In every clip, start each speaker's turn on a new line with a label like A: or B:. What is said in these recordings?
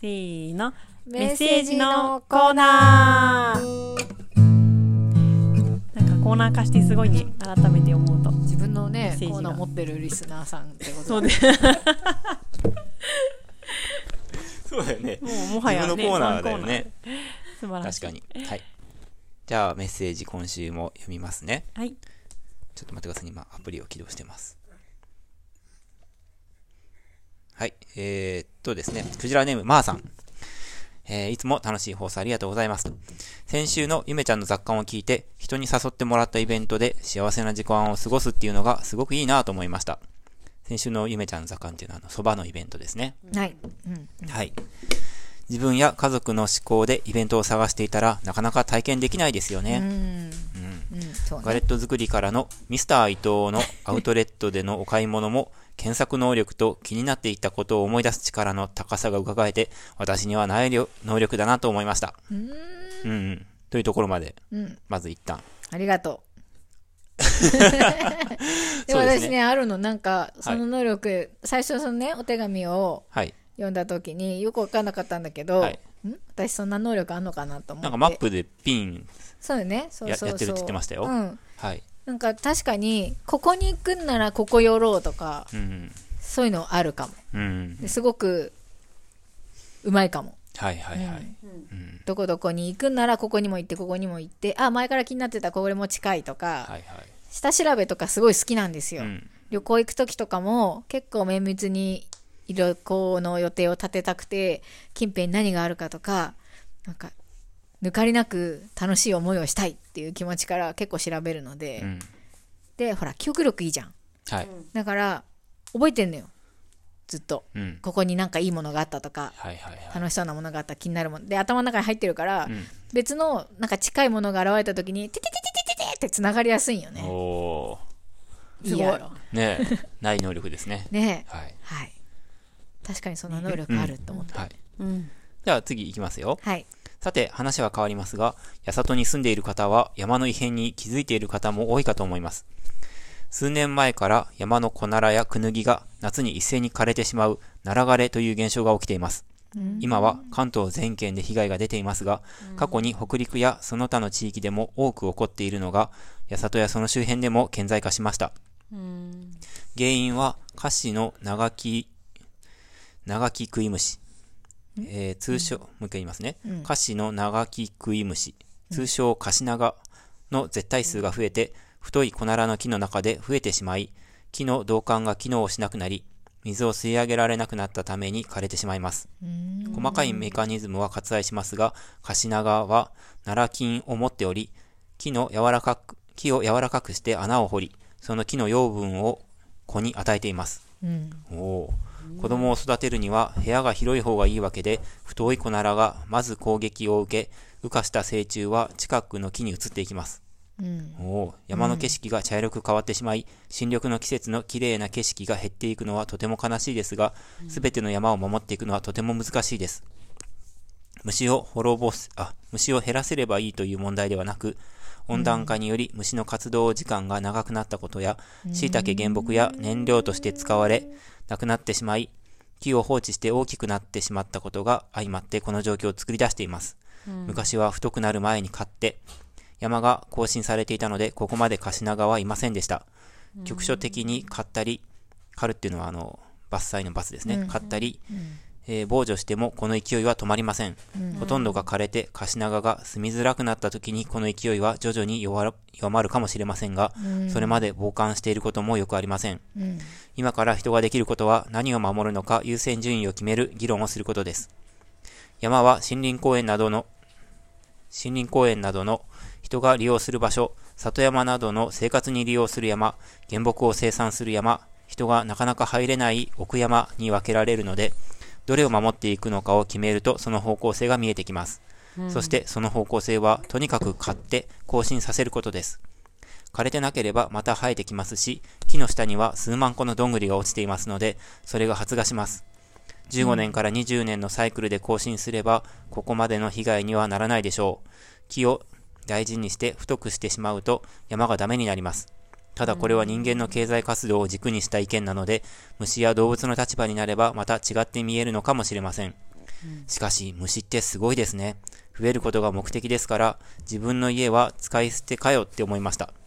A: せーの。
B: メ
A: メ
B: ッ
A: ッ
B: セ
A: セ
B: ー
A: ー
B: ジ
A: ジ
B: の
A: の
B: コ
A: コ
B: ー
A: ーナ
B: ナー
A: なんかコーナー化してすごいね。改めて思うと。
B: 自分の
A: メ
B: ね
A: ッセージが
B: コーナー持ってるリスナーさんってこと
A: そう
B: で
A: で、
C: そうだよね。
A: もうもはや、ね、
C: 自分のコーナーだよね。
A: ワンコーナー。素晴らし
C: 確
A: い。
C: かに。はい。じゃあ、メッセージ今週も読みますね。
A: はい。
C: ちょっと待ってください。今、アプリを起動してます。はい。えー、っとですね、クジラネーム、まーさん。えー、いつも楽しい放送ありがとうございます。先週のゆめちゃんの雑感を聞いて、人に誘ってもらったイベントで幸せな時間を過ごすっていうのがすごくいいなと思いました。先週のゆめちゃんの雑感っていうのは、あの、そばのイベントですね。
B: ない、うん、
C: はい。自分や家族の思考でイベントを探していたら、なかなか体験できないですよね。
B: うんうんそう
C: ガレ
B: ね
C: ット作りからのミスター伊藤 のアウトレットでのお買い物も検索能力と気になっていたことを思い出す力の高さが伺えて私にはないりょ能力だなと思いました。
B: うん
C: うんうん。というところまで、
B: うん
C: まず一旦。
B: ありがと うで
C: そうで
B: 私
C: すね
B: ねあるのなんかその能力、最初そのねお手紙を
C: はい。
B: 読んだ時によく分かんなかったんだけど、
C: はい
B: ん私そんな能力あんのかなと思って
C: なんかマップでピン。
B: そうよねそう
C: や
B: そうそう
C: やってるって言ってましたよ
B: うん、
C: はい。
B: なんか確かにここに行くんならここ寄ろうとか
C: うん
B: そういうのあるかも
C: うん。うん。
B: ですごくうまいかも
C: はいはいはい。
B: どこどこに行くんならここにも行ってここにも行ってあ前から気になってたこれも近いとか、
C: はい
B: 下調べとかすごい好きなんですよ、
C: はい。うん。
B: 旅行行く時とかも結構綿密に旅行の予定を立てたくて近辺に何があるかとかなんか抜かりなく楽しい思いをしたいっていう気持ちから結構調べるので、
C: うん。
B: でほら記憶力いいじゃん
C: はい。
B: だから覚えてんのよずっと
C: うん。
B: ここになんかいいものがあったとか
C: はいはいはい。
B: 楽しそうなものがあったら気になるもので頭の中に入ってるから、
C: ん
B: 別のなんか近いものが現れた時に「テテテテテテテ」ってつながりやすいんよね
C: お
B: いいやろ
C: ー。ねえ。 ない能力ですね。
B: ねえ
C: はい。
B: はい確かにそんな能力あると思って、
C: はい。
A: うん。
C: じゃあ次行きますよ。
B: はい
C: さて、話は変わりますが、八里に住んでいる方は山の異変に気づいている方も多いかと思います。数年前から山のコナラやクヌギが夏に一斉に枯れてしまう、ナラ枯れという現象が起きています。今は関東全県で被害が出ていますが、過去に北陸やその他の地域でも多く起こっているのが、八里やその周辺でも顕在化しました。原因はカシの長木、長木食い虫。えー通称、もう一回言いますね。カシの長木食い虫。通称カシナガの絶対数が増えて、太いコナラの木の中で増えてしまい、木の導管が機能しなくなり、水を吸い上げられなくなったために枯れてしまいます。細かいメカニズムは割愛しますが、カシナガは奈良菌を持っており、木の柔らかく、木を柔らかくして穴を掘り、その木の養分を子に与えています。
B: うん
C: おおー子供を育てるには部屋が広い方がいいわけで、太い子ならがまず攻撃を受け、羽化した成虫は近くの木に移っていきます。
B: うん
C: おお山の景色が茶色く変わってしまい、新緑の季節の綺麗な景色が減っていくのはとても悲しいですが、すべての山を守っていくのはとても難しいです。虫を滅ぼす、あ、虫を減らせればいいという問題ではなく、温暖化により虫の活動時間が長くなったことや、椎茸原木や燃料として使われ、なくなってしまい、木を放置して大きくなってしまったことが相まってこの状況を作り出しています。昔は太くなる前に買って、山が更新されていたので、ここまでカシナガはいませんでした。局所的に刈ったり、狩るっていうのはあの、伐採の伐ですね。刈ったり、えー防除してもこの勢いは止まりません。ほとんどが枯れて、カシナガが住みづらくなった時にこの勢いは徐々に弱ら弱まるかもしれませんが、それまで傍観していることもよくありません。
B: うん
C: 今から人ができることは何を守るのか優先順位を決める議論をすることです。山は森林公園などの、森林公園などの人が利用する場所、里山などの生活に利用する山、原木を生産する山、人がなかなか入れない奥山に分けられるので、どれを守っていくのかを決めるとその方向性が見えてきます。そしてその方向性はとにかく買って更新させることです。枯れてなければまた生えてきますし、木の下には数万個のどんぐりが落ちていますので、それが発芽します。15年から20年のサイクルで更新すれば、ここまでの被害にはならないでしょう。木を大事にして太くしてしまうと山がダメになります。ただこれは人間の経済活動を軸にした意見なので、虫や動物の立場になればまた違って見えるのかもしれません。しかし虫ってすごいですね。増えることが目的ですから、自分の家は使い捨てかよって思いました。
B: うん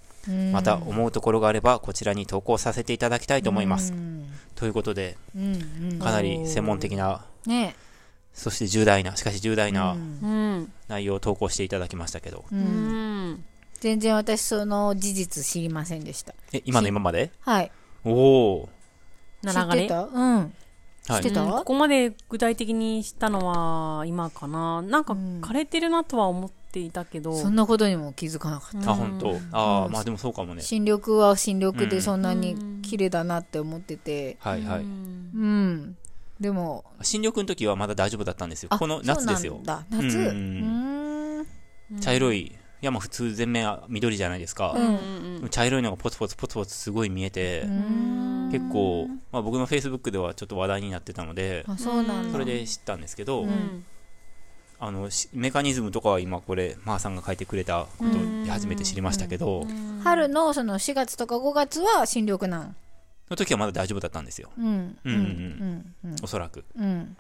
C: また思うところがあればこちらに投稿させていただきたいと思います
B: う。ん
C: ということで、
B: うんうん
C: かなり専門的な、
B: ね
C: そして重大な、しかし重大
B: えう
C: なん
A: うん。
C: 内容を投稿していただきましたけど。
A: う
B: う
A: んん。
B: 全然私その事実知りませんでした
C: え、今の今まで
B: はい
C: おお
B: 知
A: な
B: っ
A: 流れ
B: て。たうん
C: ー。は
B: 知って
C: い。
B: た
A: うんここまで具体的にしたのは今かななんか
B: うん
A: 枯れてるなとは思っていたけど、
B: そんなことにも気づかなかった
A: うん
C: あ、本当。ああ、まあでもそうかもね。
B: 新緑は新緑
C: う
B: で
C: ん
B: そんなに綺麗だなって思ってて
C: はいは
A: う
C: い。
A: ん
B: うん、でも
C: 新緑の時はまだ大丈夫だったんですよ。
B: あ
C: この夏ですよ
B: そう。なんだ夏
C: うん
B: う
C: うん
B: ん
C: 茶色い、いやまあ普通全面緑じゃないですか。
A: うん
C: 茶色いのがポツポツポツポツすごい見えて、
B: うん
C: 結構、まあ、僕の Facebook ではちょっと話題になってたので、
B: あそうなん
C: そ
B: だ
C: れで知ったんですけど、
A: うんん
C: あのしメカニズムとかは今これまーさんが書いてくれたことで初めて知りましたけど、
B: 春のその4月とか5月は新緑なん
C: の時はまだ大丈夫だったんですよ
B: うん
C: うん
B: うんうん
C: おそらく、
B: うん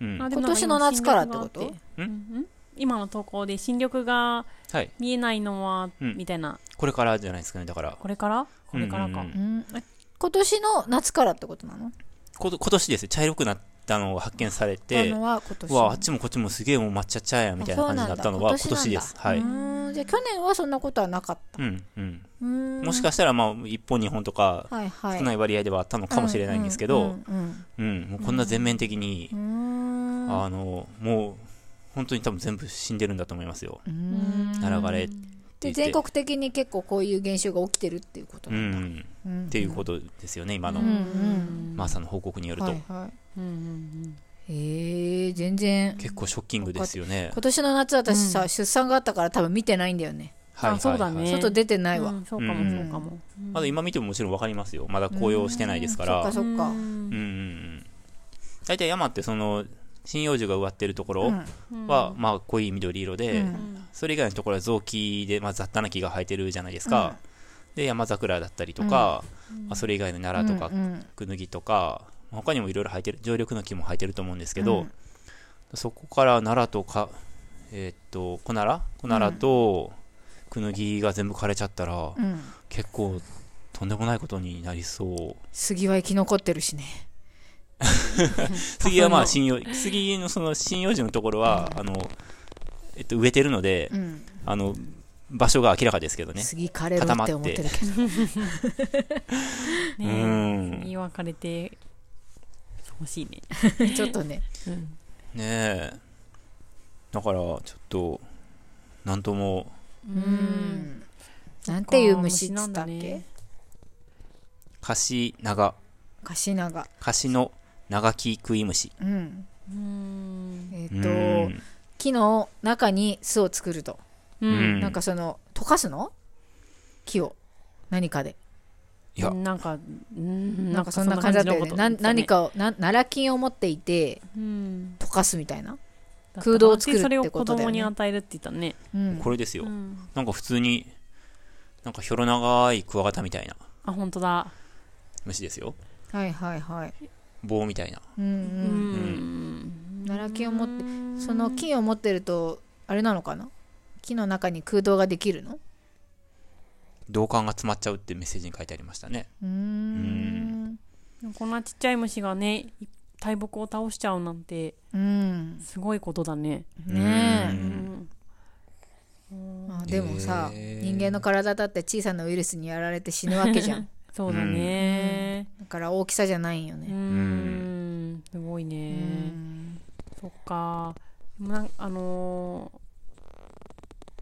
C: うん、
A: あ
C: は
A: でも
B: 今年の夏からってこ
A: 今新
B: と
A: 緑があってうん今の投稿で新緑が
C: い
A: 見えないのは、
C: うん
A: みたいな
C: これからじゃないですかねだから
A: これからこれからか、
C: うんうんう
B: うんん今年の夏からってことなの
C: こと今年ですよ茶色くなったのを発見され
B: あ
C: て
B: のは今年
C: うわあっちもこっちもすげえもう抹茶茶やみたいな感じになったのは
B: あ
C: 今
B: そうなんだ
C: 年ですはい
B: うんじゃあ去年はそんなことはなかった
C: うんうん
B: うん
C: もしかしたらまあ1本2本とか
B: はいはい
C: 少ない割合ではあったのかもしれないんですけ
B: う
C: ど、
B: んうん
C: うん、もうこんな全面的に
B: う、ん
C: あの、もう、本当に多分全部死んでるんだと思いますよ。
B: うん
C: 並ばれ
B: で全国的に結構こういう現象が起きてるっていうこと
C: う
B: なんだ、
C: ん、
B: うん
C: っていうことですよね、今の、
B: うん
C: マーさんの報告によると。
B: はいは
A: うんうん
B: い、えー、全然
C: 結構ショッキングですよね。
B: 今年の夏私さ、
A: う
B: 出産があったから多分見てないんだよね
C: はいはいはい
A: あそうだね
B: 外出てないわ、
A: うんそうかも
C: うん
A: そうかも、
C: まだ今見てももちろんわかりますよ。まだ紅葉してないですから。
B: うんそっかそっか
C: うんうんうん。大体山ってその、針葉樹が植わってるところは、まあ濃い緑色で、それ以外のところは雑木で、まあ、雑多な木が生えてるじゃないですか、で山桜だったりとか、まあ、それ以外の奈良とか
B: うんうん
C: クヌギとか、まあ他にもいろいろ生えてる常緑の木も生えてると思うんですけ
B: う
C: ど、
B: ん
C: そこから奈良とかえーっとコナラコナラとクヌギが全部枯れちゃったら、
B: うん
C: 結構とんでもないことになりそう
B: 杉は生き残ってるしね
C: 杉はまあ針葉杉のその針葉樹のところは、あのえっと植えてるので、
B: うん
C: あの場所が明らかですけどね
B: 杉枯れるって思ってるけど
A: ね
C: う
A: え
C: ん
A: 言い分かれて欲しいね、
B: ちょっとね
A: うん
C: ねえだからちょっとなんとも
B: うん なんていう虫っつった
A: 虫なんだ
B: っけ
A: ね
C: カシナガ
B: カシナガ
C: カシの長木食い虫
B: うん
A: うん
B: えっ、
C: うー
B: と
C: ん
B: 木の中に巣を作ると、
C: うん
B: なんかその溶かすの木を何かで
C: いや
A: なんか、うん
B: なんかそんな感じだったよねな何、かをな奈良菌を持っていて
A: そん
B: 溶かすみたいな、
A: な感じのことですよねうん
B: 空洞を作る
A: それを
B: って
A: 子
B: ことだよ
A: 供
B: ね
A: に与えるって言ったね。
B: うん、
C: これですよ、
A: うん
C: なんか普通になんかひょろ長いクワガタみたいな
A: あ、本当だ。
C: 虫ですよ
B: はいはいはい、
C: 棒みたいな
B: うん
A: う
B: うん
A: ん
B: 奈良菌を持ってその菌を持ってるとあれなのかな木の中に空洞ができるの
C: 同感が詰まっちゃうってメッセージに書いてありましたね
B: うーん
A: こんなちっちゃい虫がね、大木を倒しちゃうなんて、
B: うん
A: すごいことだね。
C: う
B: ね
C: ん
B: え、まあ、でもさ、人間の体だって小さなウイルスにやられて死ぬわけじゃ ん
A: そうだね。
B: だから大きさじゃないんよ
A: う
B: ね
A: ん。すごいうね。
B: ん
A: そっか。でもなんあの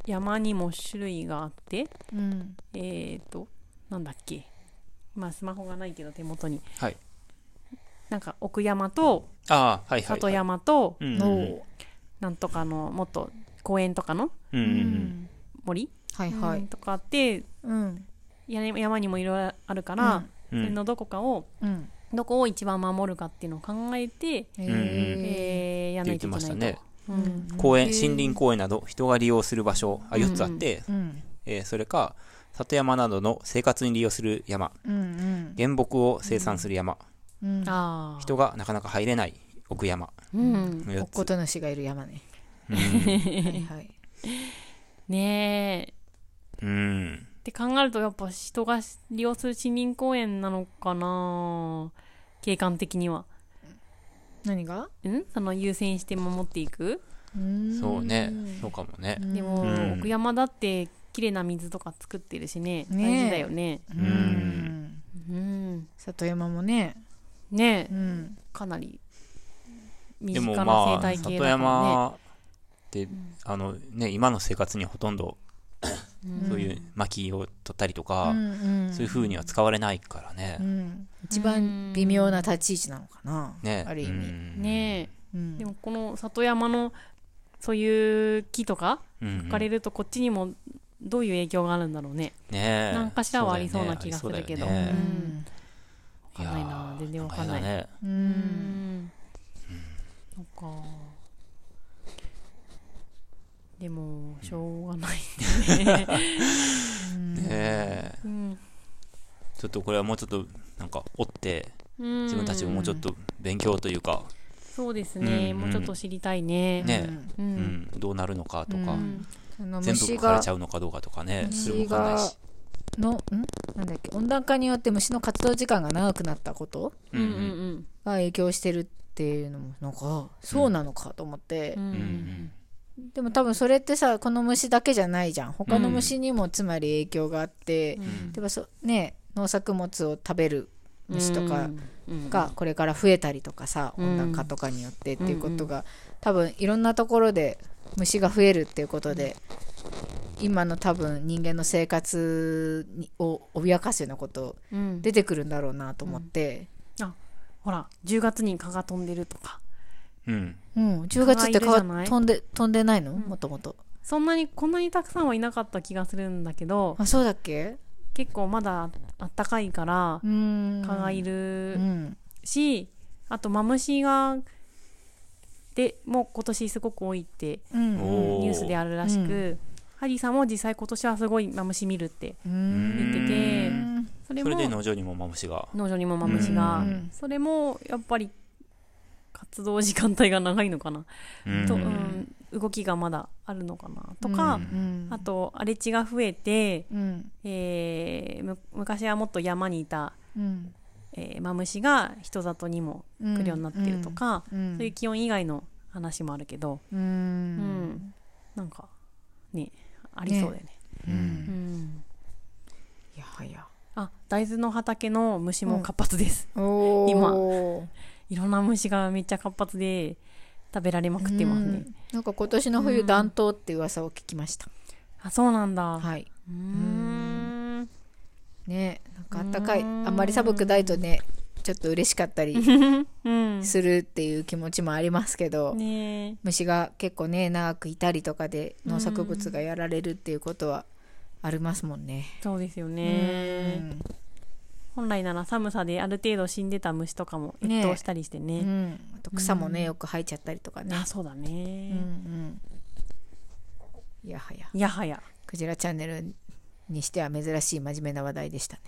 A: ー山にも種類があって、
B: うん
A: えっ、と、なんだっけ。まあ、スマホがないけど手元に。
C: はい
A: なんか奥山と、
C: ああはいはい、
A: 里
C: はい、
A: 山と、
C: うんうん
B: おう
A: なんとかの、もっと公園とかの
C: うんうんうん
A: 森、
B: はいは
A: うん
B: い
A: とかあって、
B: うん
A: や山にもいろいろあるから、
C: うん
A: それのどこかを、
B: うん
A: どこを一番守るかっていうのを考えて、
B: へ
C: うん
B: え
A: えーやらないといけないと。
C: って言って
A: う
B: うんん
C: 公園森林公園など人が利用する場所あ4つあって、
B: うん
C: えーそれか里山などの生活に利用する山
B: うん
C: 原木を生産する山、
B: うんうん
A: ああ。
C: 人がなかなか入れない奥山
A: うん
C: のや
B: おっ
C: つ
B: こ。と主がいる山ね。
C: うん
B: はいはい。
A: ねえ
C: うん。
A: って考えるとやっぱ人が利用する森林公園なのかな景観的には
B: 何が
A: んその優先して守っていく
C: そうね。そうかもね。
A: でも、
C: うん
A: 奥山だって綺麗な水とか作ってるしね
B: ね
A: 大事だよね
B: うん
C: う
B: うん
C: ん。
A: うん
B: 里山もね。
A: ね
B: う
A: え
B: ん。
A: かなり身
C: で
A: 近
C: も
A: な
C: ま
A: 生
C: あ、
A: 態系
C: 里
A: だからね
C: 山って、あのね、今の生活にほとんど
A: うん
C: そういう薪を取ったりと
B: う
C: か、
B: んうん
C: そういう風には使われないからね
B: う。ん一番微妙な立ち位置なのかな。
C: ね。
B: ある意味。
A: ね
B: う
A: え
B: ん
A: でもこの里山のそういう木とか
C: え。うん
A: 置かれるとこっちにもどういう影響があるんだろうね
C: ねえ
A: なんかしらはありそうな気がするけど
C: そうだよ
B: う
C: ね
A: わ
B: ん
A: かんないな全然わかんない
C: やーやだね
B: う
A: うんんそっかでもしょうがない、
C: ねえ
A: うん
C: ちょっとこれはもうちょっとなんか追って
A: うん
C: 自分たちももうちょっと勉強というか、
A: そうですね、
C: うん
A: もうちょっと知りたいね
C: ね
A: う、
C: うんんどうなるのかとか、
A: うん
B: あの
C: 全部
B: 虫
C: 書かれ
B: が
C: ちゃうのかどうかとかねそれも
B: 虫
C: わかんない
B: が
C: し、
B: のんなんだっけ温暖化によって虫の活動時間が長くなったこと
A: うんうんうん
B: が影響してるっていうのもなんかそうなのかと思って
A: う、
C: うんうん
A: ん
B: でも多分それってさこの虫だけじゃないじゃん他の虫にもつまり影響があって、
A: うん
B: でもそね農作物を食べる虫とか
A: うん
B: がこれから増えたりとかさ、
A: うん
B: 温暖化とかによってっていうことが、多分いろんなところで虫が増えるっていうことで、今の多分人間の生活にを脅かすようなこと
A: うん
B: 出てくるんだろうなと思って、
A: ほら10月に蚊が飛んでるとか
C: うん
B: うん10月って
A: 蚊がいるじゃない
B: 蚊飛んで飛んでないの
A: ん
B: もともと
A: そんなにこんなにたくさんはいなかった気がするんだけど
B: あそうだっけ
A: 結構まだあったかいから
B: うーん
A: 蚊がいる
B: うん
A: し、あとマムシがでもう今年すごく多いって
B: うん
C: お
B: うん
C: ー
A: ニュースであるらしく、
B: う
A: ハリーさんも実際今年はすごいマムシ見るって
B: う
A: 言
B: ん
A: ってて
B: うん
A: それ
C: それ
A: も
C: で農場にもマムシが
A: 農場にもマムシが、
B: うん
A: それもやっぱり活動時間帯が長いのかな、と、うん、動きがまだあるのかなとか、
C: うん
B: うん
A: あと荒れ地が増えて、
B: うん
A: えーむ昔はもっと山にいた、
B: うん
A: えーマムシが人里にも来るようになってるとか、
B: うん
A: そういう気温以外の話もあるけど、
B: う
A: うんんなんかねありそうだよね
C: うん
A: うん、
B: いやはや
A: あ大豆の畑の虫も活発です、
B: お
A: 今いろんな虫がめっちゃ活発で食べられまくってますね、
B: うんなんか今年の冬暖冬って噂を聞きました、
A: あそうなんだ、う
B: はい
A: ーん
B: ねなんかあったかいあ
A: うん
B: んまり寒くないとねちょっと嬉しかったり
A: うん
B: するっていう気持ちもありますけど、
A: ね
B: 虫が結構ね長くいたりとかで農作物がやられるっていうことはありますもんね。
A: えそうですよ
B: う
A: ね
B: ん
A: 本来なら寒さである程度死んでた虫とかも
B: ねえ
A: 越冬したりして
B: う
A: ね
B: ん、あと草もねよく生えちゃったりとかね。
A: あそうだ
B: う
A: ね
B: ん、うん、いやはや
A: いやはや
B: クジラチャンネルにしては珍しい真面目な話題でした ね。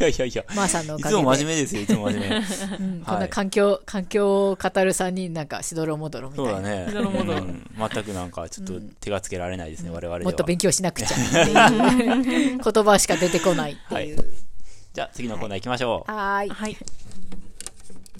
C: いやいやいや
B: まーさんのお
C: い
B: か
C: つ
B: げで
C: も真面目ですよいつも真面目
B: うんこん
C: は
B: ない環境、環境を語る3人なんかしどろもどろみたい
C: そう
B: な
C: だね
A: なるほど
C: うん全くなんかちょっと手がつけられないですね我々で
B: もっと
C: は
B: 勉強しなくちゃって いう言葉しか出てこないっていう。
C: じゃあ次のコーナー行きましょう
B: はーい。
A: はい